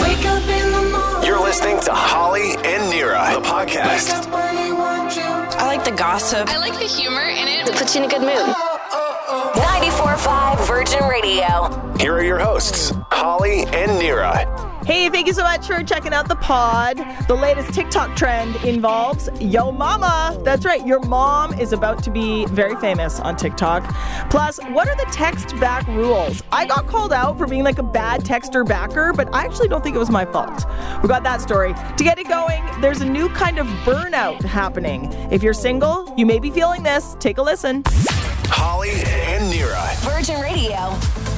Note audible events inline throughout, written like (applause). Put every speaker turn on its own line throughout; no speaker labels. Wake up in the morning.
You're listening to Holly and Nira, the
Wake
podcast.
up when you want you.
I like the gossip.
I like the humor in it.
puts you in a good mood.
94.5 Virgin Radio.
Here are your hosts, Holly and Nira.
Hey, thank you so much for checking out the pod. The latest TikTok trend involves Yo Mama. That's right, your mom is about to be very famous on TikTok. Plus, what are the text back rules? I got called out for being like a bad texter backer, but I actually don't think it was my fault. We got that story. To get it going, there's a new kind of burnout happening. If you're single, you may be feeling this. Take a listen.
Holly and Nira.
Virgin Radio.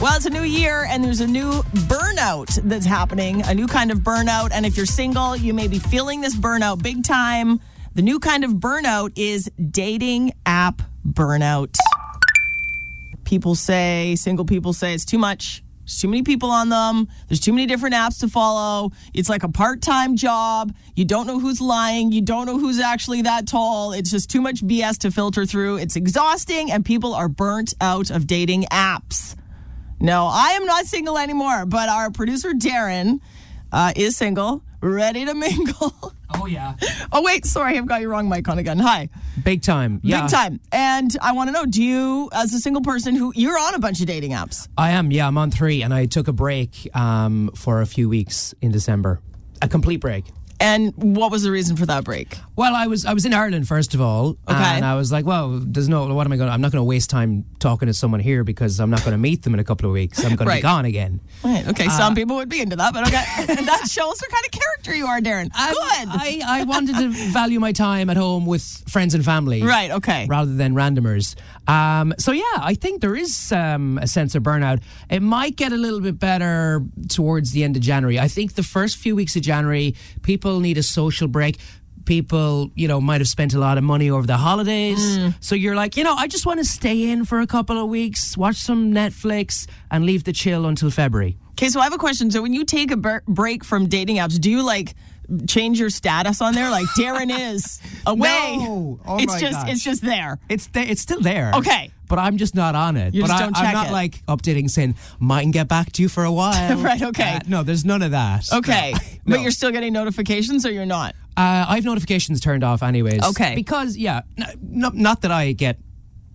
Well, it's a new year and there's a new burnout that's happening, a new kind of burnout. And if you're single, you may be feeling this burnout big time. The new kind of burnout is dating app burnout. People say, single people say it's too much. There's too many people on them. There's too many different apps to follow. It's like a part time job. You don't know who's lying. You don't know who's actually that tall. It's just too much BS to filter through. It's exhausting, and people are burnt out of dating apps. No, I am not single anymore, but our producer Darren uh, is single, ready to (laughs) mingle.
Oh yeah,
oh, wait, sorry, I've got your wrong mic on again. Hi.
big time. Yeah,
Big time. And I want to know do you, as a single person who you're on a bunch of dating apps,
I am. Yeah, I'm on three, and I took a break um, for a few weeks in December, a complete break.
and what was the reason for that break?
Well, I was I was in Ireland first of all, and I was like, well, there's no what am I going? to I'm not going to waste time talking to someone here because I'm not going to meet them in a couple of weeks. I'm going to
Right.
be gone again.
(laughs) Right. Okay.
Uh,
some people would be into that, but
(laughs)
okay. that shows what kind of character you are, Darren.
Um,
Good.
I, I wanted to value my time at home with friends and family.
Right, okay.
Rather than randomers. Um, so, yeah, I think there is um, a sense of burnout. It might get a little bit better towards the end of January. I think the first few weeks of January, people need a social break. People, you know, might have spent a lot of money over the holidays. So you're like, you know, I just want to stay in for a couple of weeks, watch some Netflix, and leave the chill until February.
okay. So I have a question. So when you take a bur- break from dating apps, do you like change your status on there? Like Darren is away.
(laughs) No. Oh
it's
my
just
gosh.
it's just there.
It's th- it's still there.
Okay.
But I'm just not on it.
You
but
just
I,
don't
I'm
check
not
it.
like updating saying, mightn't get back to you for a while.
(laughs) Right, okay.
Uh, no, there's none of that.
Okay.
(laughs) No.
But you're still getting notifications or you're
(laughs)
not?
Uh, I have notifications turned off anyways.
Okay.
Because, yeah, n- not, not that I get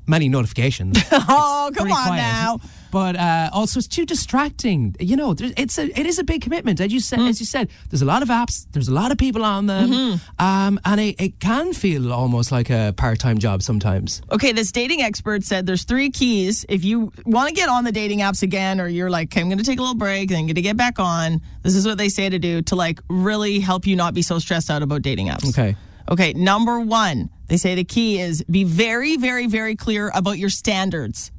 many notifications.
Oh, (laughs) come
Pretty
on
quiet.
now.
But uh, also, it's too distracting. You know, there- it's a it is a big commitment. As you said,
Hmm.
as you said, there's a lot of apps. There's a lot of people on them,
Mm-hmm.
um, and it, it can feel almost like a part time job sometimes.
Okay, this dating expert said there's three keys. If you want to get on the dating apps again, or you're like, okay, I'm going to take a little break, then I'm going to get back on, this is what they say to do to like really help you not be so stressed out about dating apps.
Okay.
Okay, number one, they say the key is be very, very, very clear about your standards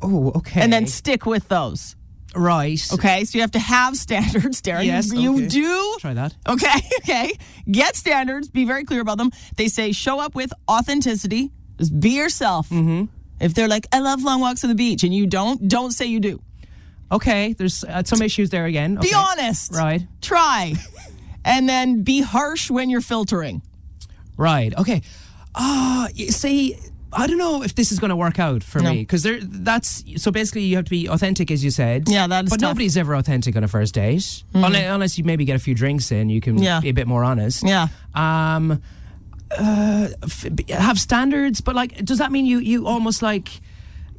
Oh, okay.
and then stick with those.
right.
Okay, so you have to have (laughs) standards, Darren.
Yes,
you,
okay.
you do.
Try that.
Okay, (laughs) okay. Get standards. Be very clear about them. They say show up with authenticity. Just be yourself. Mm-hmm. If they're like, I love long walks on the beach, and you don't, don't say you do.
Okay, there's uh, some issues there again.
Be
Okay.
honest.
Right. (laughs)
Try. and then be harsh when you're filtering.
Right. Okay. Ah, y see, I don't know if this is going to work out for me because there. That's so basically you have to be authentic, as you said.
Yeah, that is
But
tough. Hmm.
nobody's ever authentic on a first date, Unle- unless, you maybe get a few drinks in. You can
Yeah.
be a bit more honest.
Yeah.
Um, uh, f- b- have standards, but like, does that mean you you almost like?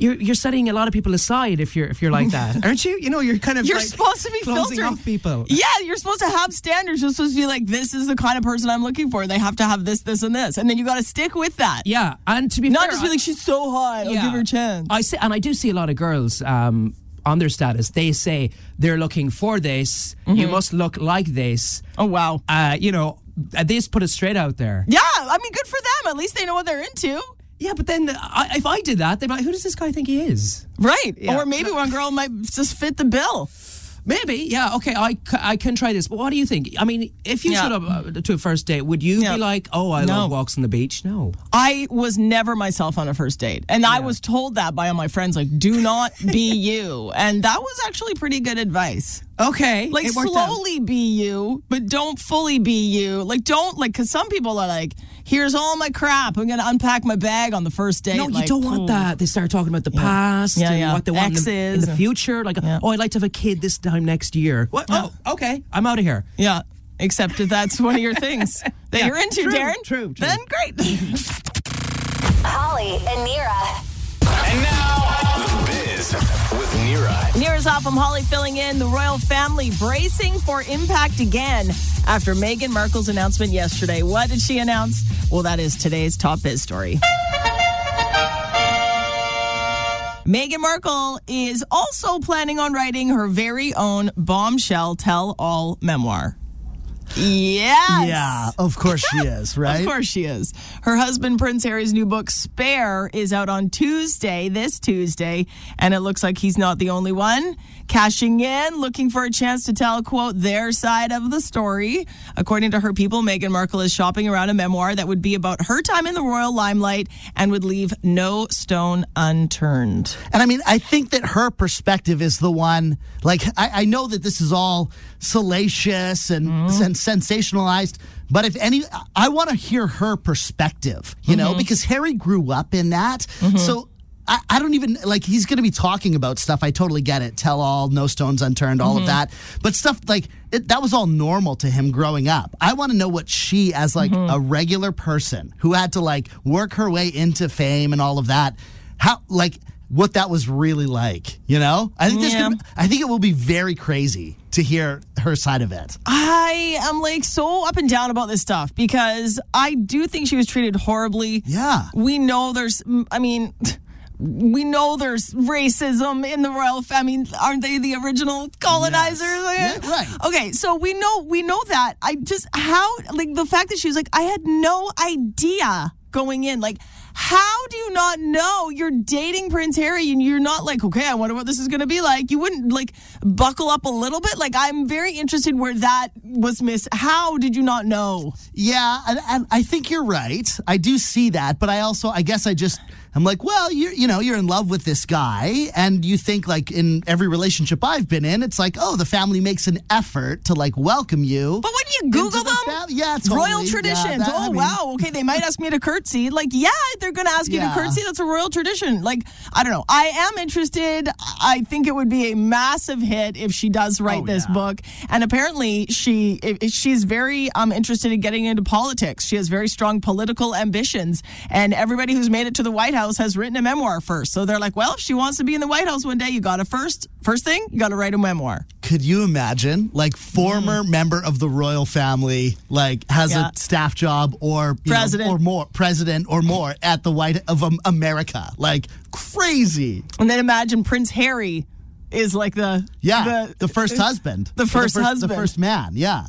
You're, you're setting a lot of people aside if you're if you're like that, (laughs) aren't you? You know, you're kind of
You're
like,
supposed to be
closing
filtering
off people.
Yeah, you're supposed to have standards. You're supposed to be like, this is the kind of person I'm looking for. They have to have this, this, and this, and then you got to stick with that.
Yeah, and to be
Not
fair,
just
I-
be like, she's so hot. I'll give her a chance.
I see, and I do see a lot of girls um, on their status. They say they're looking for this. You
Mm-hmm.
must look like this.
oh wow.
Uh, you know, uh, they just put it straight out there.
Yeah, I mean, good for them. At least they know what they're into.
Yeah, but then I, if I did that, they'd be like, "Who does this guy think he is?"
Right. Or maybe one girl might just fit the bill.
Maybe, yeah, okay, I, c- I can try this. But what do you think? I mean, if you
Yeah.
showed up uh, to a first date, would you
Yeah.
be like, "Oh, I
No.
love walks on the beach"? No.
I was never myself on a first date. And I was told that by all my friends, like, do not be you. And that was actually pretty good advice.
Okay,
Like,
it worked out.
slowly be you, but don't fully be you. Like, don't, like, because some people are like, here's all my crap. I'm going to unpack my bag on the first date.
No, you
Like,
don't want that. They start talking about the past
Yeah,
and
yeah.
what they want in the, in
Exes
the
and-
future. Like,
Yeah.
oh, I'd like to have a kid this time next year. What? Oh, okay. I'm out of here.
Yeah, except that that's one of your things that
(laughs) Yeah,
you're into,
true,
Darren.
true, true.
Then great. (laughs)
Holly and Nira.
And now, The Biz with Nira.
Nearest Hopham Holly filling in the royal family bracing for impact again after Meghan Markle's announcement yesterday. What did she announce? Well, that is today's top biz story. Meghan Markle is also planning on writing her very own bombshell tell all memoir. Yes.
Uh,
Yeah, of course she is, right?
Of course she is. Her husband, Prince Harry's new book, Spare, is out on Tuesday, this Tuesday, and it looks like he's not the only one. Cashing in, looking for a chance to tell, quote, their side of the story. According to her people, Meghan Markle is shopping around a memoir that would be about her time in the royal limelight and would leave no stone unturned.
And I mean, I think that her perspective is the one, like, I, I know that this is all salacious and, and sensationalized, but if any, I want to hear her perspective, you know, because Harry grew up in that. So I, I don't even, like, he's going to be talking about stuff. I totally get it. Tell all, no stones unturned, all of that. But stuff like, it, that was all normal to him growing up. I want to know what she, as like a regular person who had to like work her way into fame and all of that, how, like, what that was really like. You know, I think this.
Yeah.
Could, I think it will be very crazy to hear her side of it.
I am like so up and down about this stuff because I do think she was treated horribly.
Yeah.
We know there's, I mean, (laughs) we know there's racism in the royal family. I mean, aren't they the original colonizers?
Yeah, right.
Okay, so we know we know that. I just how like the fact that she was like, I had no idea going in. Like, how do you not know you're dating Prince Harry and you're not like, okay, I wonder what this is gonna be like. You wouldn't like buckle up a little bit. Like, I'm very interested where that was miss. How did you not know?
Yeah, and, and I think you're right. I do see that, but I also, I guess, I just, I'm like, well, you you know, you're in love with this guy, and you think like in every relationship I've been in, it's like, oh, the family makes an effort to like welcome you.
But wouldn't you Google
Into the
them?
fam- yeah,
royal
totally. Yeah,
traditions.
that-
oh
I mean-
wow, okay. They
(laughs)
might ask me to curtsy. Like, yeah, they're gonna ask you
Yeah.
to curtsy. That's a royal tradition. Like, I don't know. I am interested. I think it would be a massive hit if she does write
Oh,
this
yeah.
book. And apparently, she i- she's very um, interested in getting into politics. She has very strong political ambitions. And everybody who's made it to the White House has written a memoir first. So they're like, well, if she wants to be in the White House one day, you got to first first thing you got to write a memoir.
Could you imagine, like, former
Mm.
member of the royal family, like, has
Yeah.
a staff job or you know,
President.
or more president or more at the White of um, America? Like, crazy.
And then imagine Prince Harry is like the
Yeah,
the-
the, first
uh,
husband,
the
Or
first
the
husband.
first man. Yeah,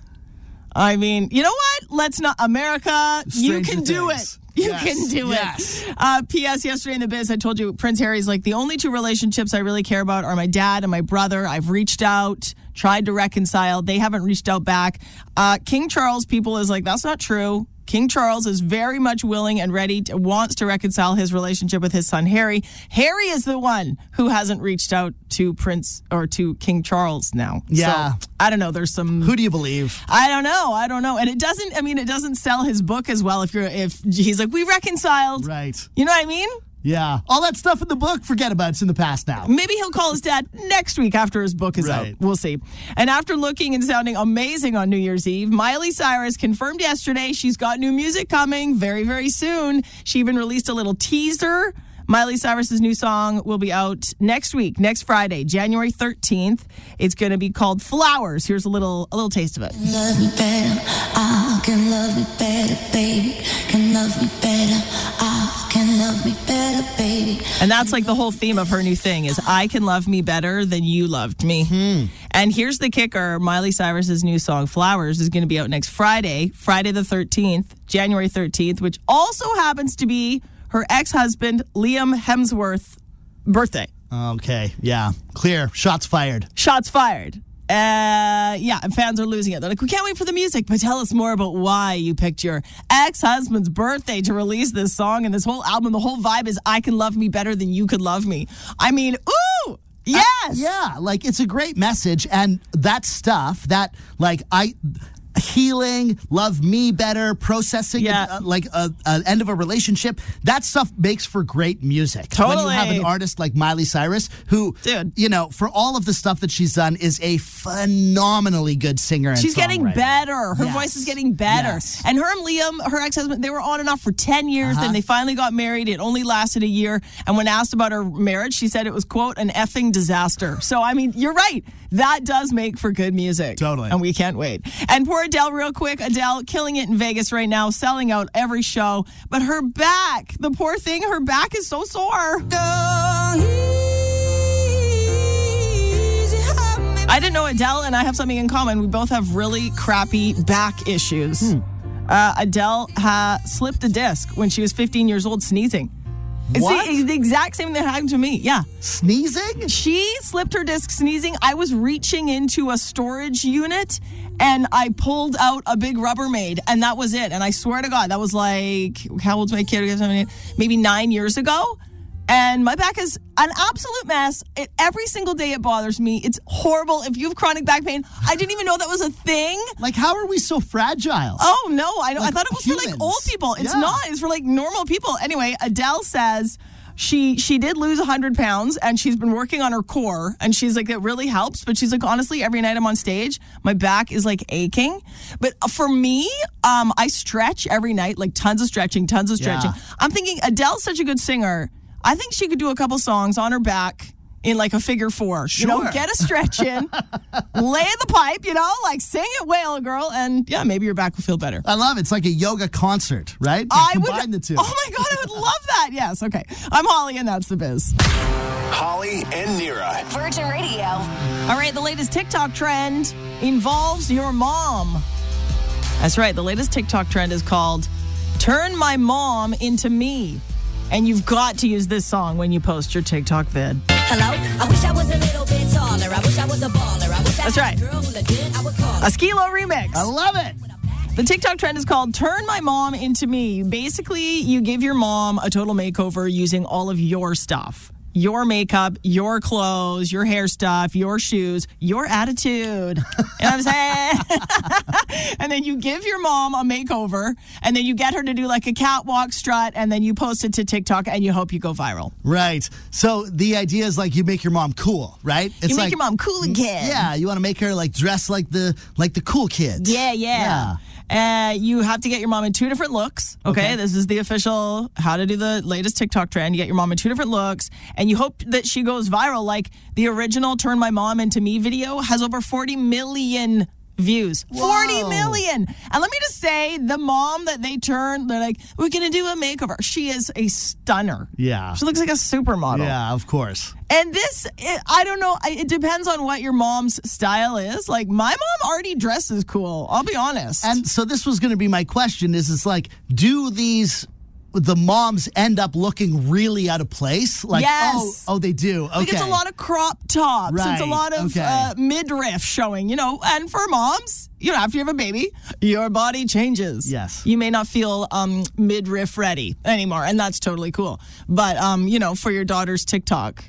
I mean, you know what? Let's not America. you
Stranger
can do
Things.
it. You
Yes,
can do
yes.
it. Uh, P.S. Yesterday in the biz, I told you Prince Harry's like the only two relationships I really care about are my dad and my brother. I've reached out, tried to reconcile. They haven't reached out back. Uh, King Charles people is like that's not true. King Charles is very much willing and ready to, wants to reconcile his relationship with his son Harry. Harry is the one who hasn't reached out to Prince or to King Charles now.
Yeah.
So, I don't know. There's some
who do you believe?
I don't know. I don't know. And it doesn't. I mean, it doesn't sell his book as well if you're if he's like we reconciled.
Right.
You know what I mean?
Yeah, all that stuff in the book, forget about it. It's in the past now.
Maybe he'll call his dad next week after his book is
Right.
out. We'll see. And after looking and sounding amazing on New Year's Eve, Miley Cyrus confirmed yesterday she's got new music coming very, very soon. She even released a little teaser. Miley Cyrus's new song will be out next week, next Friday, January 13th. It's going to be called Flowers. Here's a little a little taste of it.
love me better. I can love me better, baby. Can love me better. I can love me better, baby.
And that's like the whole theme of her new thing is I can love me better than you loved me. And here's the kicker, Miley Cyrus's new song Flowers is going to be out next Friday, Friday the 13th, January 13th, which also happens to be her ex-husband Liam Hemsworth birthday.
Okay, yeah, clear. Shots fired.
Shots fired. Uh, yeah, and fans are losing it. They're like, we can't wait for the music, but tell us more about why you picked your ex husband's birthday to release this song and this whole album. The whole vibe is I can love me better than you could love me. I mean,
Uh,
ooh, yes.
Yeah, like it's a great message, and that stuff that like I healing, love me better, processing
Yeah.
uh, like a, a end of a relationship. That stuff makes for great music. When you have
Totally.
an artist like Miley Cyrus, who,
Dude.
you know, for all of the stuff that she's done, is a phenomenally good singer. And
She's getting
songwriter.
better. Her
Yes.
voice is getting better.
Yes. Uh-huh.
And her and Liam, her ex husband, they were on and off for 10 years. Then they finally got married. It only lasted a year. And when asked about her marriage, she said it was, quote, an effing disaster. So, I mean, you're right. That does make for good music.
Totally.
And we can't wait. And poor Adele, real quick. Adele killing it in Vegas right now, selling out every show. But her back, the poor thing, her back is so sore. I didn't know Adele and I have something in common. We both have really crappy back issues.
Hmm.
Uh, Adele ha- slipped a disc when she was 15 years old sneezing. It's
What?
The, it's the exact same thing that happened to me. Yeah.
Sneezing?
She slipped her disc sneezing. I was reaching into a storage unit and I pulled out a big Rubbermaid and that was it. And I swear to God, that was like, how old's my kid? I guess I'm- Maybe nine years ago. And my back is an absolute mess. It, every single day it bothers me. It's horrible. If you have chronic back pain, I didn't even know that was a thing.
Like, how are we so fragile?
Oh no, I, I
Like
thought it was for
humans.
like old people. It's
Yeah.
not. It's for like normal people. Anyway, Adele says she she did lose 100 pounds and she's been working on her core and she's like it really helps but she's like honestly every night i'm on stage my back is like aching but for me um i stretch every night like tons of stretching tons of stretching
Yeah.
i'm thinking adele's such a good singer i think she could do a couple songs on her back in like a figure four you know
Sure.
get a stretch
(laughs)
in lay the pipe, you know, like sing it well, girl, and yeah, maybe your back will feel better.
I love it. It's like a yoga concert, right? You
I would
combine the two.
Oh my god, I would love that. Yes, okay. I'm Holly and that's the biz.
Holly and Nira.
Virgin Radio.
All right, the latest TikTok trend involves your mom. That's right, the latest TikTok trend is called Turn My Mom Into Me. And you've got to use this song when you post your TikTok vid.
Hello? I wish I was a little bit taller. I wish I was a baller. I wish I
That's
had a
right.
girl who looked good, I would call her.
A Skilo remix.
I love it.
The TikTok trend is called Turn My Mom Into Me. Basically, you give your mom a total makeover using all of your stuff your makeup, your clothes, your hair stuff, your shoes, your attitude. You know what I'm saying? (laughs) and then you give your mom a makeover, and then you get her to do like a catwalk strut, and then you post it to TikTok and you hope you go viral.
Right. So the idea is like you make your mom cool, right? It's
you make
like,
your mom cool again.
Yeah, you want to make her like dress like the like the cool kids.
Yeah, yeah. Uh, you have to get your mom in two different looks. Okay? this is the official how to do the latest TikTok trend. You get your mom in two different looks, and you hope that she goes viral. Like the original "Turn My Mom Into Me" video has over 40 million views. 40
Whoa.
million. And let me just say, the mom that they turn, they're like, "We're gonna do a makeover." She is a stunner.
Yeah.
she looks like a supermodel.
Yeah, of course.
And this, it, I don't know. I- It depends on what your mom's style is. Like my mom already dresses cool. I'll be honest.
And so this was going to be my question is it's like do these the moms end up looking really out of place? Like
Yes.
oh, oh they do. Okay.
like it's a lot of crop tops. It's a
Right,
lot of
okay.
uh, midriff showing, you know. And for moms, you know, after you have a baby, your body changes.
Yes.
You may not feel um, midriff ready anymore, and that's totally cool. But um, you know, for your daughter's TikTok,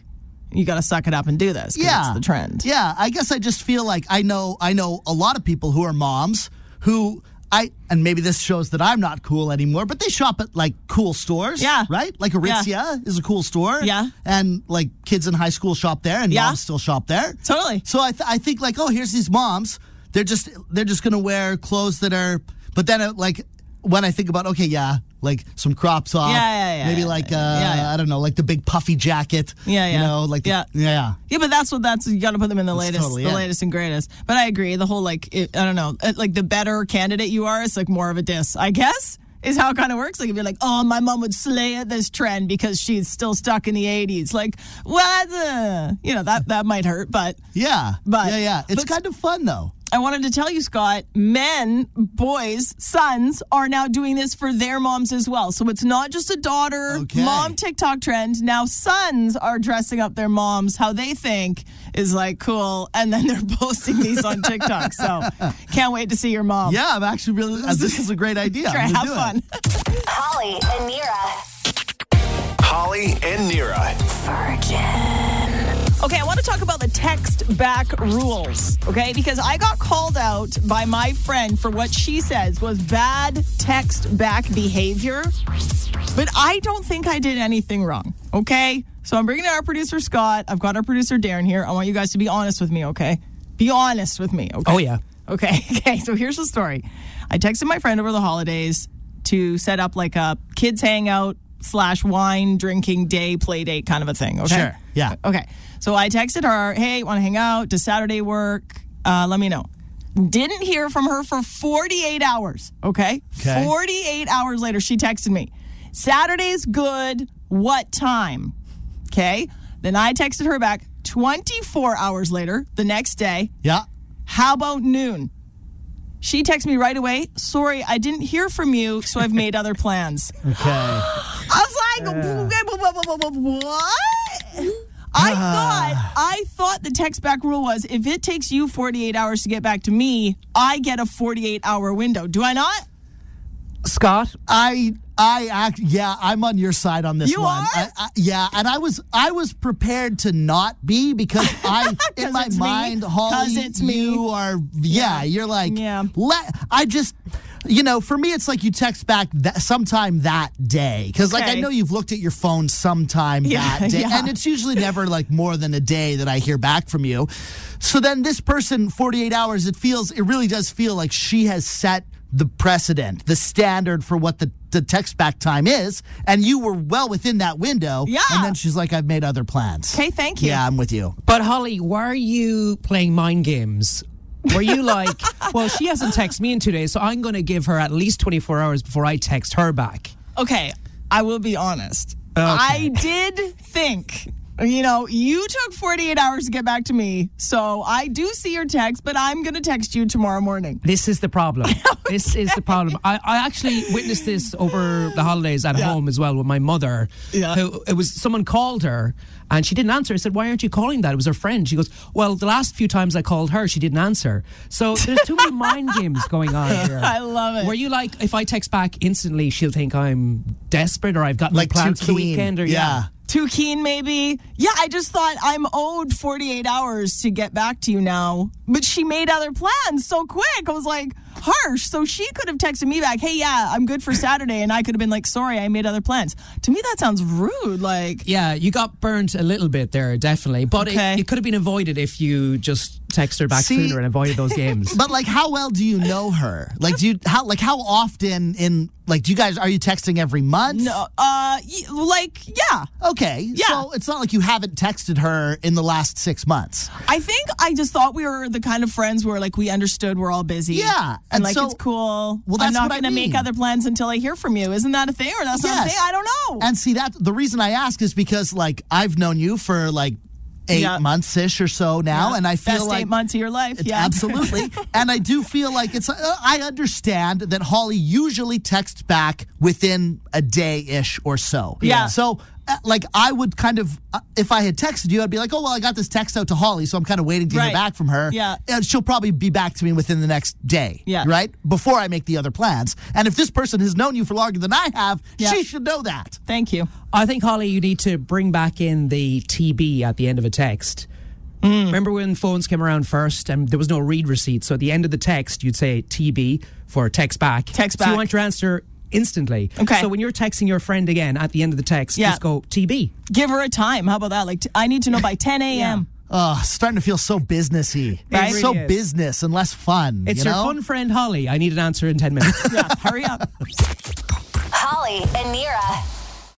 you got to suck it up and do this. 'cause
yeah.
it's the trend.
Yeah, I guess I just feel like I know I know a lot of people who are moms who I and maybe this shows that I'm not cool anymore, but they shop at like cool stores.
Yeah.
Right? Like Aritzia is a cool store.
Yeah.
And like kids in high school shop there and
Yeah.
moms still shop there.
Totally.
So I, th- I think like, oh, here's these moms. They're just they're just gonna wear clothes that are. But then uh, like when I think about okay, yeah, like some crop top.
Yeah, yeah, yeah,
Maybe
yeah,
like uh,
yeah, yeah.
I don't know, like the big puffy jacket.
Yeah, yeah.
You know, like the-
Yeah.
yeah.
Yeah, but that's what that's you got to put them in the latest,
totally
the
it.
latest and greatest. But I agree, the whole like it, I don't know, it- like the better candidate you are, it's like more of a diss, I guess. Is how it kind of works. Like, if you're like, oh, my mom would slay at this trend because she's still stuck in the 80s. Like, what? the- You know, that, that might hurt, but
Yeah.
But-
yeah, yeah. It's
but-
kind of fun though.
I wanted to tell you, Scott, men, boys, sons are now doing this for their moms as well. So it's not just a daughter,
Okay.
mom TikTok trend. Now sons are dressing up their moms how they think is like cool. And then they're (laughs) posting these on TikTok. So can't wait to see your mom.
Yeah, I'm actually really. uh, this is
(laughs)
a great idea.
Try,
I'm gonna
have
do it.
fun.
Holly and Nira.
Holly and Nira.
Virgin.
Okay, I want to talk about the text back rules, okay? Because I got called out by my friend for what she says was bad text back behavior, but I don't think I did anything wrong, okay? So I'm bringing in our producer, Scott. I've got our producer, Darren, here. I want you guys to be honest with me, okay? Be honest with me, okay?
Oh, yeah.
Okay, (laughs) okay. So here's the story. I texted my friend over the holidays to set up like a kids hangout slash wine drinking day play date kind of a thing. Okay.
Sure,
yeah.
Okay. So I texted her, hey, want to hang out? Does Saturday work? Uh, let me know. Didn't hear from her for 48 hours. Okay?
Okay.
48 hours later, she texted me, Saturday's good. What time? Okay. Then I texted her back 24 hours later, the next day,
Yeah.
how about noon? She texts me right away. Sorry, I didn't hear from you, so I've made other plans.
Okay.
I was like, what? I thought I thought the text back rule was if it takes you 48 hours to get back to me, I get a 48 hour window. Do I not?
Scott,
I I act yeah, I'm on your side on this
You
one.
are?
I, I, yeah, and I was I was prepared to not
(laughs)
be because I
'Cause
in my
it's me.
mind,
'Cause
Holly,
it's me.
you are yeah, you're like
Yeah.
Let I just you know, for me, it's like you text back that sometime that day because like I
Okay.
know you've looked at your phone
(laughs)
sometime
Yeah,
that day,
yeah.
and it's usually never like more than a day that I hear back from you. So then this person, 48 hours, it feels, it really does feel like she has set the precedent, the standard for what the, the text back time is. And you were well within that window.
Yeah.
And then she's like, I've made other plans.
Okay, thank you.
Yeah, I'm with you.
but Holly, were you playing mind games? Were you like, (laughs) well, she hasn't texted me in two days, so I'm going to give her at least 24 hours before I text her back?
Okay, I will be honest. I did think, you know, you took 48 hours to get back to me, so I do see your text, but I'm going to text you tomorrow morning.
This is
(laughs)
the problem. This is the problem. I, I actually witnessed this over the holidays at home as well with my mother.
Yeah.
Who it was someone called her and she didn't answer. I said, Why aren't you calling that? It was her friend. She goes, Well, the last few times I called her, she didn't answer. So there's too many mind games going
(laughs)
on here.
I love it.
Were you like, if I text back instantly, she'll think I'm desperate or I've got no
Like, too
plans for the
keen.
weekend or
Yeah.
too keen maybe yeah i just thought i'm owed 48 hours to get back to you now but she made other plans so quick i was like harsh so she could have texted me back hey yeah i'm good for saturday and i could have been like sorry i made other plans to me that sounds rude like
Yeah, you got burnt a little bit there, definitely. But
Okay.
it, it could have been avoided if you just text her back
See-
sooner and avoided those
(laughs)
games.
But like, how well do you know her? Like, do you, how, like, how often in, like, do you guys, are you texting every month?
no, uh y- like yeah
Okay.
Yeah.
So it's not like you haven't texted her in the last six months.
i think i just thought we were the kind of friends where like we understood we're all busy
Yeah,
and,
and
like
so-
it's cool
Well,
i'm
that's
not
what I
gonna make
mean.
other plans until i hear from you isn't that a thing or that's not a
Yes.
thing i don't know
And see that the reason I ask is because like I've known you for like eight
Yeah.
months ish or so now, and I feel
Best
like
eight months of your life.
It's
yeah,
absolutely.
(laughs)
and I do feel like it's. Uh, I understand that Holly usually texts back within a day ish or so.
Yeah.
So. uh, Like I would kind of, uh, if I had texted you, I'd be like, "Oh well, I got this text out to Holly, so I'm kind of waiting to
Right.
hear back from her.
Yeah.
and she'll probably be back to me within the next day.
Yeah.
right before I make the other plans. And if this person has known you for longer than I have,
Yeah.
she should know that.
Thank you.
I think, Holly, you need to bring back in the TB at the end of a text. Remember when phones came around first and there was no read receipt? So at the end of the text, you'd say TB for text back.
Text
So
back.
you want your answer instantly.
Okay.
So when you're texting your friend again at the end of the text,
Yeah.
just go TB.
Give her a time. How about that? Like, t- I need to know by 10 a.m.
Oh, starting to feel so businessy,
Right?
So
really is.
business and less fun.
It's
you
your
know?
fun friend, Holly. I need an answer in 10 minutes.
Yeah, hurry up.
Holly and Nira.